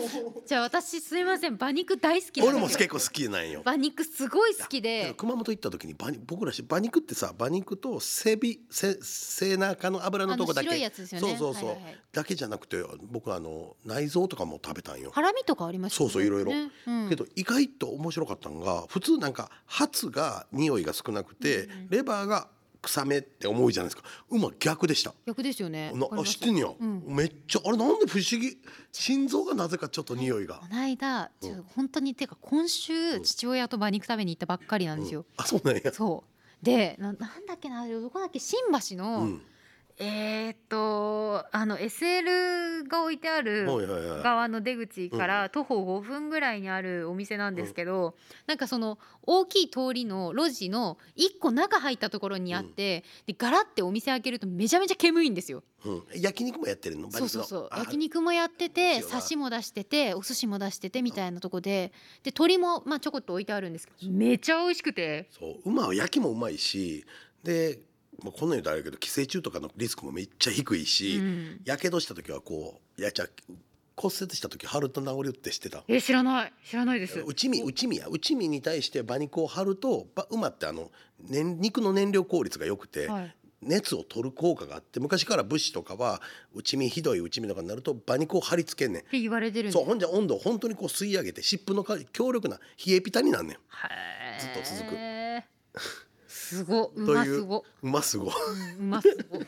[SPEAKER 3] じゃあ私すいません馬肉大好きなんです
[SPEAKER 2] 俺
[SPEAKER 3] よ
[SPEAKER 2] も結構好きなんよ
[SPEAKER 3] 馬肉すごい好き
[SPEAKER 2] だから
[SPEAKER 3] で
[SPEAKER 2] 熊本行った時に馬肉僕らし馬肉ってさ馬肉と背び背背中の脂のとこだけ
[SPEAKER 3] あの白いやつですよね
[SPEAKER 2] そうそうそう、
[SPEAKER 3] はいはいはい
[SPEAKER 2] だけじゃなくて僕あの内臓とかも食べたんよ、
[SPEAKER 3] ハラミとかありましたよね
[SPEAKER 2] そうそういろいろ
[SPEAKER 3] ねうん
[SPEAKER 2] けど意外と面白かったのが普通なんかハツが匂いが少なくて、レバーが臭めって思うじゃないですか馬逆でした
[SPEAKER 3] 逆ですよね
[SPEAKER 2] な
[SPEAKER 3] わかり
[SPEAKER 2] あ
[SPEAKER 3] ます
[SPEAKER 2] 知ってんねや、
[SPEAKER 3] うん
[SPEAKER 2] めっちゃあれなんで不思議心臓がなぜかちょっと匂いが
[SPEAKER 3] こ、の間
[SPEAKER 2] うん
[SPEAKER 3] ちょっと本当にてか今週父親と馬肉食べに行ったばっかりなんですよ、
[SPEAKER 2] あそうなんや
[SPEAKER 3] そうでななんだっけなどこだっけ新橋の、
[SPEAKER 2] うん
[SPEAKER 3] えーっとあの SL が置いてある
[SPEAKER 2] はいはいはい
[SPEAKER 3] 側の出口から徒歩5分ぐらいにあるお店なんですけど、なんかその大きい通りの路地の1個中入ったところにあって、でガラってお店開けるとめちゃめちゃ煙いんですよ。
[SPEAKER 2] うん、焼肉もやってるの馬肉
[SPEAKER 3] そ
[SPEAKER 2] の
[SPEAKER 3] うそうそう
[SPEAKER 2] あ
[SPEAKER 3] 焼肉もやって
[SPEAKER 2] いい
[SPEAKER 3] て
[SPEAKER 2] よな
[SPEAKER 3] 刺しも出しててお寿司も出しててみたいなとこでで鶏もまあちょこっと置いてあるんですけどめちゃ美味しくて
[SPEAKER 2] そう馬は焼きもうまいしで、まあ、こんなに言うとあれやけど寄生虫とかのリスクもめっちゃ低いし
[SPEAKER 3] うん
[SPEAKER 2] やけどした時はこうやっちゃ骨折した時貼ると治るって知ってた
[SPEAKER 3] え知らない知らないです
[SPEAKER 2] 内身内身や内身に対して馬肉を張るとば馬ってあの、ね、肉の燃料効率が良くて、
[SPEAKER 3] はい
[SPEAKER 2] 熱を取る効果があって昔から武士とかは内身ひどい内身とかになると馬肉を張り付けんねん
[SPEAKER 3] って言われてるんで
[SPEAKER 2] そうほんじゃ温度を本当にこう吸い上げて湿布のか強力な冷えピタになんねんずっと続く
[SPEAKER 3] く。すご、
[SPEAKER 2] [laughs]
[SPEAKER 3] う
[SPEAKER 2] とい
[SPEAKER 3] ます
[SPEAKER 2] う
[SPEAKER 3] ご、
[SPEAKER 2] うますご
[SPEAKER 3] うんうますご。 [laughs] と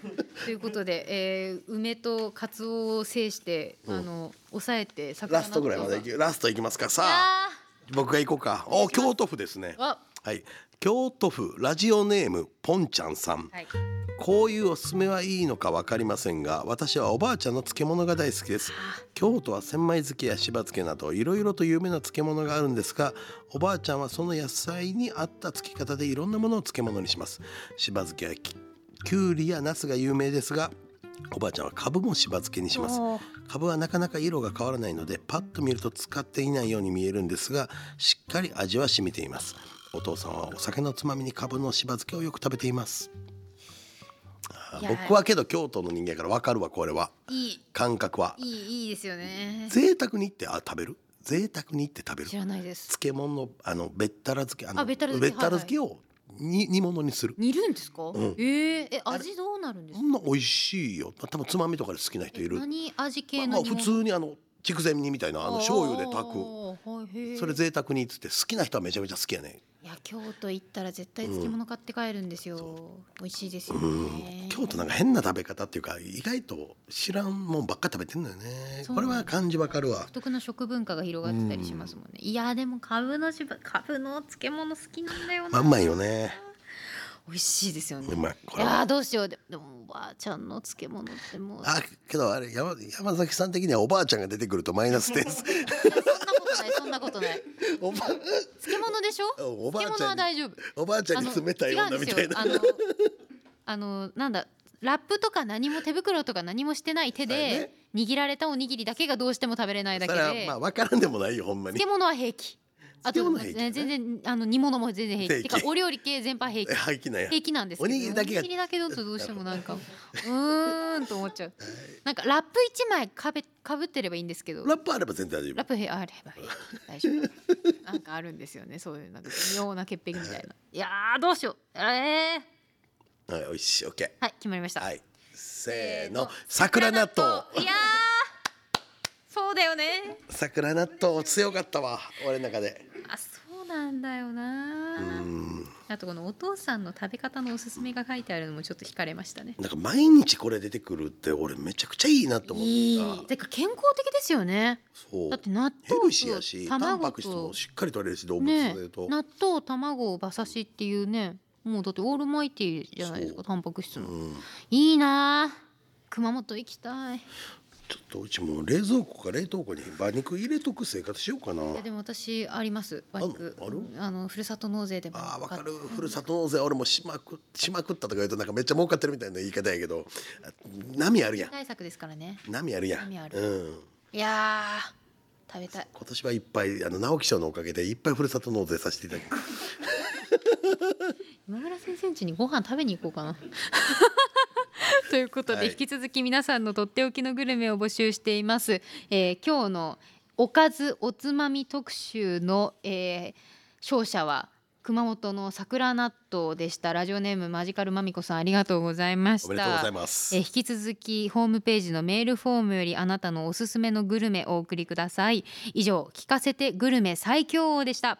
[SPEAKER 3] いうことで、えー、梅とカツオを制して、
[SPEAKER 2] ん
[SPEAKER 3] あの抑えて桜
[SPEAKER 2] ラストぐらいまでい
[SPEAKER 3] る。
[SPEAKER 2] きラストいきますかさあ
[SPEAKER 3] あ
[SPEAKER 2] 僕が行こうかお京都府ですね
[SPEAKER 3] ーあ、
[SPEAKER 2] はい京都府ラジオネームポンちゃんさん
[SPEAKER 3] はい。
[SPEAKER 2] こういうおすすめはいいのか分かりませんが私はおばあちゃんの漬物が大好きです京都は千枚漬けやしば漬けなどいろいろと有名な漬物があるんですがおばあちゃんはその野菜に合った漬け方でいろんなものを漬物にしますしば漬けはききゅうりやナスが有名ですがおばあちゃんはカブもしば漬けにします
[SPEAKER 3] おー
[SPEAKER 2] カブはなかなか色が変わらないのでパッと見ると使っていないように見えるんですがしっかり味は染みていますお父さんはお酒のつまみにカブのしば漬けをよく食べていますあー
[SPEAKER 3] いや
[SPEAKER 2] 僕はけど京都の人間やからわかるわこれはい
[SPEAKER 3] い、
[SPEAKER 2] 感覚はい
[SPEAKER 3] い、いいですよね。
[SPEAKER 2] 贅沢に行ってあ食べる贅沢に行って食べる
[SPEAKER 3] 知らないです。
[SPEAKER 2] 漬物のあのべったら漬けあの
[SPEAKER 3] あべったら
[SPEAKER 2] べ
[SPEAKER 3] 漬
[SPEAKER 2] っ
[SPEAKER 3] け
[SPEAKER 2] たら漬けをに煮物にする
[SPEAKER 3] 煮るんですか。
[SPEAKER 2] ん
[SPEAKER 3] ええー、え、味どうなるんです
[SPEAKER 2] そ
[SPEAKER 3] か。
[SPEAKER 2] んな美味しいよ多分つまみとかで好きな人い
[SPEAKER 3] え
[SPEAKER 2] る
[SPEAKER 3] 何味系
[SPEAKER 2] まあま
[SPEAKER 3] の煮
[SPEAKER 2] あ
[SPEAKER 3] 物。
[SPEAKER 2] 普通にあの筑前煮みたいなあの醤油で炊く
[SPEAKER 3] く。はい、へー
[SPEAKER 2] それ贅沢にっつって好きな人はめちゃめちゃ好きやね
[SPEAKER 3] いや京都行ったら絶対漬物買って帰るんですよ、美味しいですよね
[SPEAKER 2] 京都なんか変な食べ方っていうか意外と知らんもんばっか食べてんのよね
[SPEAKER 3] そう
[SPEAKER 2] こ
[SPEAKER 3] な
[SPEAKER 2] れ
[SPEAKER 3] んです
[SPEAKER 2] は感じわかるわ
[SPEAKER 3] 独特の食文化が広がってたりしますもんね、いやでも株のしば株の漬物好きなんだよ
[SPEAKER 2] ま
[SPEAKER 3] な、
[SPEAKER 2] あうまいよね
[SPEAKER 3] 美味しいですよね、
[SPEAKER 2] うまいこ
[SPEAKER 3] い
[SPEAKER 2] れ
[SPEAKER 3] や
[SPEAKER 2] は
[SPEAKER 3] ーどうしようででもおばあちゃんの漬物ってもう
[SPEAKER 2] あけどあれ山山崎さん的にはおばあちゃんが出てくるとマイナスです
[SPEAKER 3] いやそんなことない
[SPEAKER 2] おば [laughs]
[SPEAKER 3] そんなことない漬物でしょ
[SPEAKER 2] おばあちゃんに
[SPEAKER 3] 漬物は大丈夫
[SPEAKER 2] おばあちゃんに冷たい
[SPEAKER 3] あの
[SPEAKER 2] 女みたいな
[SPEAKER 3] 違うんですよあのあのなんだラップとか何も手袋とか何もしてない手
[SPEAKER 2] そうや
[SPEAKER 3] で
[SPEAKER 2] ね
[SPEAKER 3] 握られたおにぎりだけがどうしても食べれない
[SPEAKER 2] [laughs]
[SPEAKER 3] だ
[SPEAKER 2] そ
[SPEAKER 3] け
[SPEAKER 2] れは
[SPEAKER 3] で
[SPEAKER 2] まあわからんでもないよほんまに
[SPEAKER 3] 漬物は平気あ
[SPEAKER 2] 必要
[SPEAKER 3] と、
[SPEAKER 2] な兵器、
[SPEAKER 3] ね、全然あの煮物も全然平気
[SPEAKER 2] 平気
[SPEAKER 3] てかお料理系全般平
[SPEAKER 2] え
[SPEAKER 3] 気
[SPEAKER 2] 廃棄なんや
[SPEAKER 3] 平気なんですけど
[SPEAKER 2] おにぎりだけが
[SPEAKER 3] おにぎりだけだとどうしてもな
[SPEAKER 2] [laughs]
[SPEAKER 3] んかうーんと思っちゃうなんかラップ一枚かべかぶってればいいんですけど
[SPEAKER 2] ラップあれば全然大丈
[SPEAKER 3] ラッ
[SPEAKER 2] 夫
[SPEAKER 3] プへあれば平気大丈夫なんかあるんですよねそういうなんか微妙な潔癖みたいないやーどうしようえー、
[SPEAKER 2] はいおいしいオッケ
[SPEAKER 3] はい決まりました、
[SPEAKER 2] ーはいせーの桜納豆
[SPEAKER 3] いやーそうだよね
[SPEAKER 2] 桜納豆強かったわ俺の中で
[SPEAKER 3] あそうなんだよな
[SPEAKER 2] うーん
[SPEAKER 3] あとこのお父さんの食べ方のおすすめが書いてあるのもちょっと惹かれましたね
[SPEAKER 2] なんか毎日これ出てくるって俺めちゃくちゃいいなと思った
[SPEAKER 3] いいてか健康的ですよね
[SPEAKER 2] そう
[SPEAKER 3] だって納
[SPEAKER 2] ヘ
[SPEAKER 3] 豆
[SPEAKER 2] ルシーや
[SPEAKER 3] と
[SPEAKER 2] しタンパ
[SPEAKER 3] 卵
[SPEAKER 2] ク質も
[SPEAKER 3] と
[SPEAKER 2] しっかり取れるし動物
[SPEAKER 3] ね
[SPEAKER 2] 性と、
[SPEAKER 3] 納豆卵馬刺しっていうねもうだってオールマイティじゃないです
[SPEAKER 2] そ
[SPEAKER 3] かタンパク質の
[SPEAKER 2] うん
[SPEAKER 3] いいなあ熊本行きたい
[SPEAKER 2] ちょっとうちもう冷蔵庫か冷凍庫に馬肉入れとく生活しようかない
[SPEAKER 3] やでも私あります馬肉
[SPEAKER 2] ある
[SPEAKER 3] うんあのふるさと納税でも
[SPEAKER 2] あーわかるふるさと納税俺もしまくしまくったとか言うとなんかめっちゃ儲かってるみたいな言い方やけどあ波あるやん
[SPEAKER 3] 対策ですからね
[SPEAKER 2] 波あるやん
[SPEAKER 3] 波ある
[SPEAKER 2] うん、
[SPEAKER 3] いやー食べたい
[SPEAKER 2] 今年はいっぱいあの直木賞のおかげでいっぱいふるさと納税させていただく
[SPEAKER 3] 今村先生家にご飯食べに行こうか [laughs] なということで、
[SPEAKER 2] はい
[SPEAKER 3] 引き続き皆さんのとっておきのグルメを募集しています、えー今日のおかずおつまみ特集の、えー勝者は熊本の桜納豆でしたラジオネームマジカルマミコさんありがとうございました
[SPEAKER 2] おめでとうございます
[SPEAKER 3] えー引き続きホームページのメールフォームよりあなたのおすすめのグルメお送りください以上聞かせてグルメ最強王でした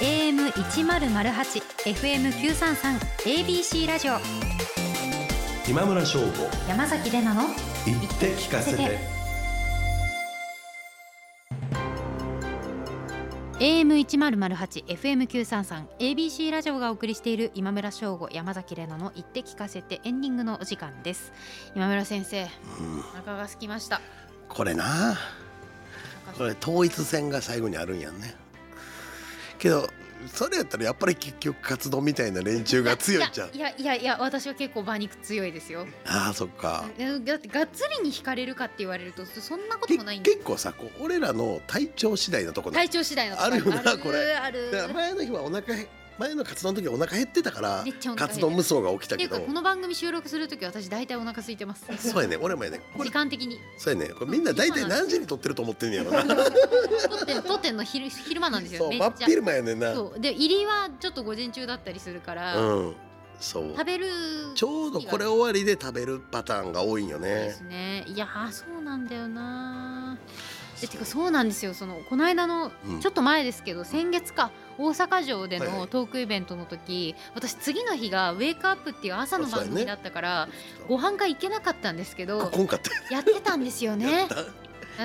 [SPEAKER 3] AM 一ゼロゼロ八 FM 九三三 ABC ラジオ
[SPEAKER 2] 今村翔吾
[SPEAKER 3] 山崎れなの
[SPEAKER 2] 言って聞か
[SPEAKER 3] せて AM 一ゼロゼロ八 FM 九三三 ABC ラジオがお送りしている今村翔吾山崎れなの言って聞かせてエンディングのお時間です今村先生
[SPEAKER 2] うん
[SPEAKER 3] お腹が空きました
[SPEAKER 2] これな
[SPEAKER 3] お腹
[SPEAKER 2] これ統一戦が最後にあるんやんねけどそれやったらやっぱり結局活動みたいな連中が強いじゃん
[SPEAKER 3] いやいやいや私は結構馬肉強いですよ
[SPEAKER 2] あーそっか
[SPEAKER 3] えだってがっつりに惹かれるかって言われるとそそんなこと
[SPEAKER 2] け
[SPEAKER 3] もないんで
[SPEAKER 2] 結構さこう俺らの体調次第のとこな
[SPEAKER 3] 体調次第のとこ
[SPEAKER 2] あるよな
[SPEAKER 3] ある
[SPEAKER 2] これ
[SPEAKER 3] ある
[SPEAKER 2] だから前の日はお腹へ前の活動の時はお腹減ってたから
[SPEAKER 3] めっちゃお腹減っ
[SPEAKER 2] 活
[SPEAKER 3] て
[SPEAKER 2] 動無双が起きた
[SPEAKER 3] ってい
[SPEAKER 2] け
[SPEAKER 3] うか
[SPEAKER 2] ど
[SPEAKER 3] この番組収録するとき私大体お腹空いてます
[SPEAKER 2] そうやね俺もやねこれ
[SPEAKER 3] 時間的に
[SPEAKER 2] そうやねこれみんな大体何時に撮ってると思ってんねやろな
[SPEAKER 3] 撮って
[SPEAKER 2] [laughs]
[SPEAKER 3] 撮ってんの昼昼間なんです
[SPEAKER 2] そう
[SPEAKER 3] よめっ
[SPEAKER 2] 真っ
[SPEAKER 3] ちゃ
[SPEAKER 2] 昼間やねんなう
[SPEAKER 3] そうで入りはちょっと午前中だったりするから、
[SPEAKER 2] んそう
[SPEAKER 3] 食べる
[SPEAKER 2] ちょうどこれ終わりで食べるパターンが多いんよ
[SPEAKER 3] で
[SPEAKER 2] ね
[SPEAKER 3] すねいやーそうなんだよなえてかそうなんですよそのこの間の
[SPEAKER 2] うん
[SPEAKER 3] ちょっと前ですけど、先月か大阪城で
[SPEAKER 2] はいは
[SPEAKER 3] の
[SPEAKER 2] い
[SPEAKER 3] トークイベントの時、私次の日が「ウェイクアップっていう朝の番
[SPEAKER 2] そうや
[SPEAKER 3] 組
[SPEAKER 2] ね
[SPEAKER 3] だったから、
[SPEAKER 2] こ
[SPEAKER 3] ご飯が行けなかったんですけど
[SPEAKER 2] こんかった
[SPEAKER 3] やってたんですよ
[SPEAKER 2] [laughs] やっ
[SPEAKER 3] ね
[SPEAKER 2] た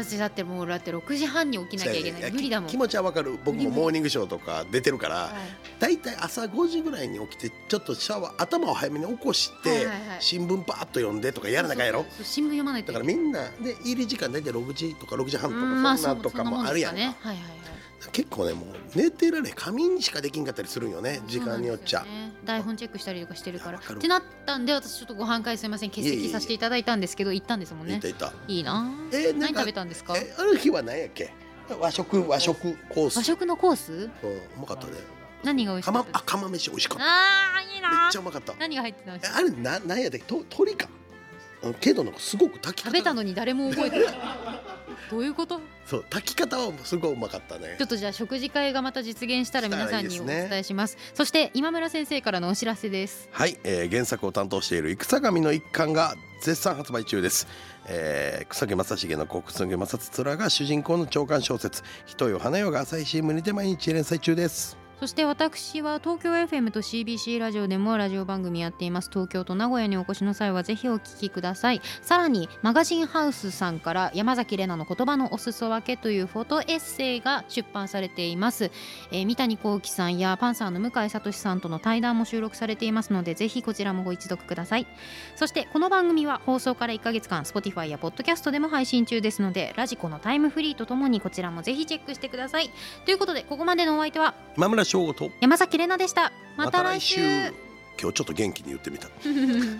[SPEAKER 3] 私だってもうだって6時半に起きなきゃいけない無理だもん
[SPEAKER 2] 気。持ちはわかる僕もモーニングショーとか出てるから
[SPEAKER 3] はい
[SPEAKER 2] だいたい朝5時ぐらいに起きてちょっとシャワー頭を早めに起こして、
[SPEAKER 3] はいはいはい
[SPEAKER 2] 新聞パーッと読んでとかやらなあかんやろ
[SPEAKER 3] そうそうそう新聞読まないと
[SPEAKER 2] だからみんなで入り時間大体6時とか6時半とかそん
[SPEAKER 3] まあ
[SPEAKER 2] なとかもあるやん,、
[SPEAKER 3] そそなもですかねはいはいはい
[SPEAKER 2] 結構ねもう寝てられん仮眠しかできんかったりするんよね時間によっちゃ、
[SPEAKER 3] そうなんですよね台本チェックしたりとかしてるから
[SPEAKER 2] いやわかる
[SPEAKER 3] ってなったんで私ちょっとご飯会すいません欠
[SPEAKER 2] いえいえい
[SPEAKER 3] 席
[SPEAKER 2] え
[SPEAKER 3] させていただいたんですけど行ったんですもん
[SPEAKER 2] い
[SPEAKER 3] ね
[SPEAKER 2] たいた
[SPEAKER 3] いいなあ
[SPEAKER 2] えーなん
[SPEAKER 3] 何
[SPEAKER 2] か
[SPEAKER 3] 食べたんですか
[SPEAKER 2] えある日は何やっけ和食和食コース
[SPEAKER 3] 和食のコース
[SPEAKER 2] うんうまかったね
[SPEAKER 3] 何が美味しか
[SPEAKER 2] 釜
[SPEAKER 3] ったです
[SPEAKER 2] あ
[SPEAKER 3] か
[SPEAKER 2] 釜飯美味しかっためっ
[SPEAKER 3] あーいいな
[SPEAKER 2] ちゃうまかった
[SPEAKER 3] 何が入ってたんで
[SPEAKER 2] え
[SPEAKER 3] すか
[SPEAKER 2] あれななんやでと鳥かうんけどなんかすごく炊き方
[SPEAKER 3] 食べた
[SPEAKER 2] の
[SPEAKER 3] のに誰も覚えてない [laughs] どういうこと
[SPEAKER 2] そう炊き方はすごいうまかったね
[SPEAKER 3] ちょっとじゃあ食事会がまた実現したら皆さんにお伝えしますそして今村先生からのお知らせです
[SPEAKER 2] はい、えー原作を担当している戦神の一巻が絶賛発売中です、えー草木正成の草木正綱が主人公の長官小説「人よ花よ」が朝日新聞にて毎日連載中です
[SPEAKER 3] そして私は東京 FM と CBC ラジオでもラジオ番組やっています東京と名古屋にお越しの際はぜひお聞きくださいさらにマガジンハウスさんから山崎怜奈の言葉のお裾分けというフォトエッセイが出版されています、えー三谷幸喜さんやパンサーの向井聡さんとの対談も収録されていますのでぜひこちらもご一読くださいそしてこの番組は放送から1ヶ月間 Spotify や Podcast でも配信中ですのでラジコのタイムフリーとともにこちらもぜひチェックしてくださいということでここまでのお相手は
[SPEAKER 2] 今村翔吾と
[SPEAKER 3] 山崎れなでしたまた来週
[SPEAKER 2] 今日ちょっと元気に言ってみた
[SPEAKER 3] うん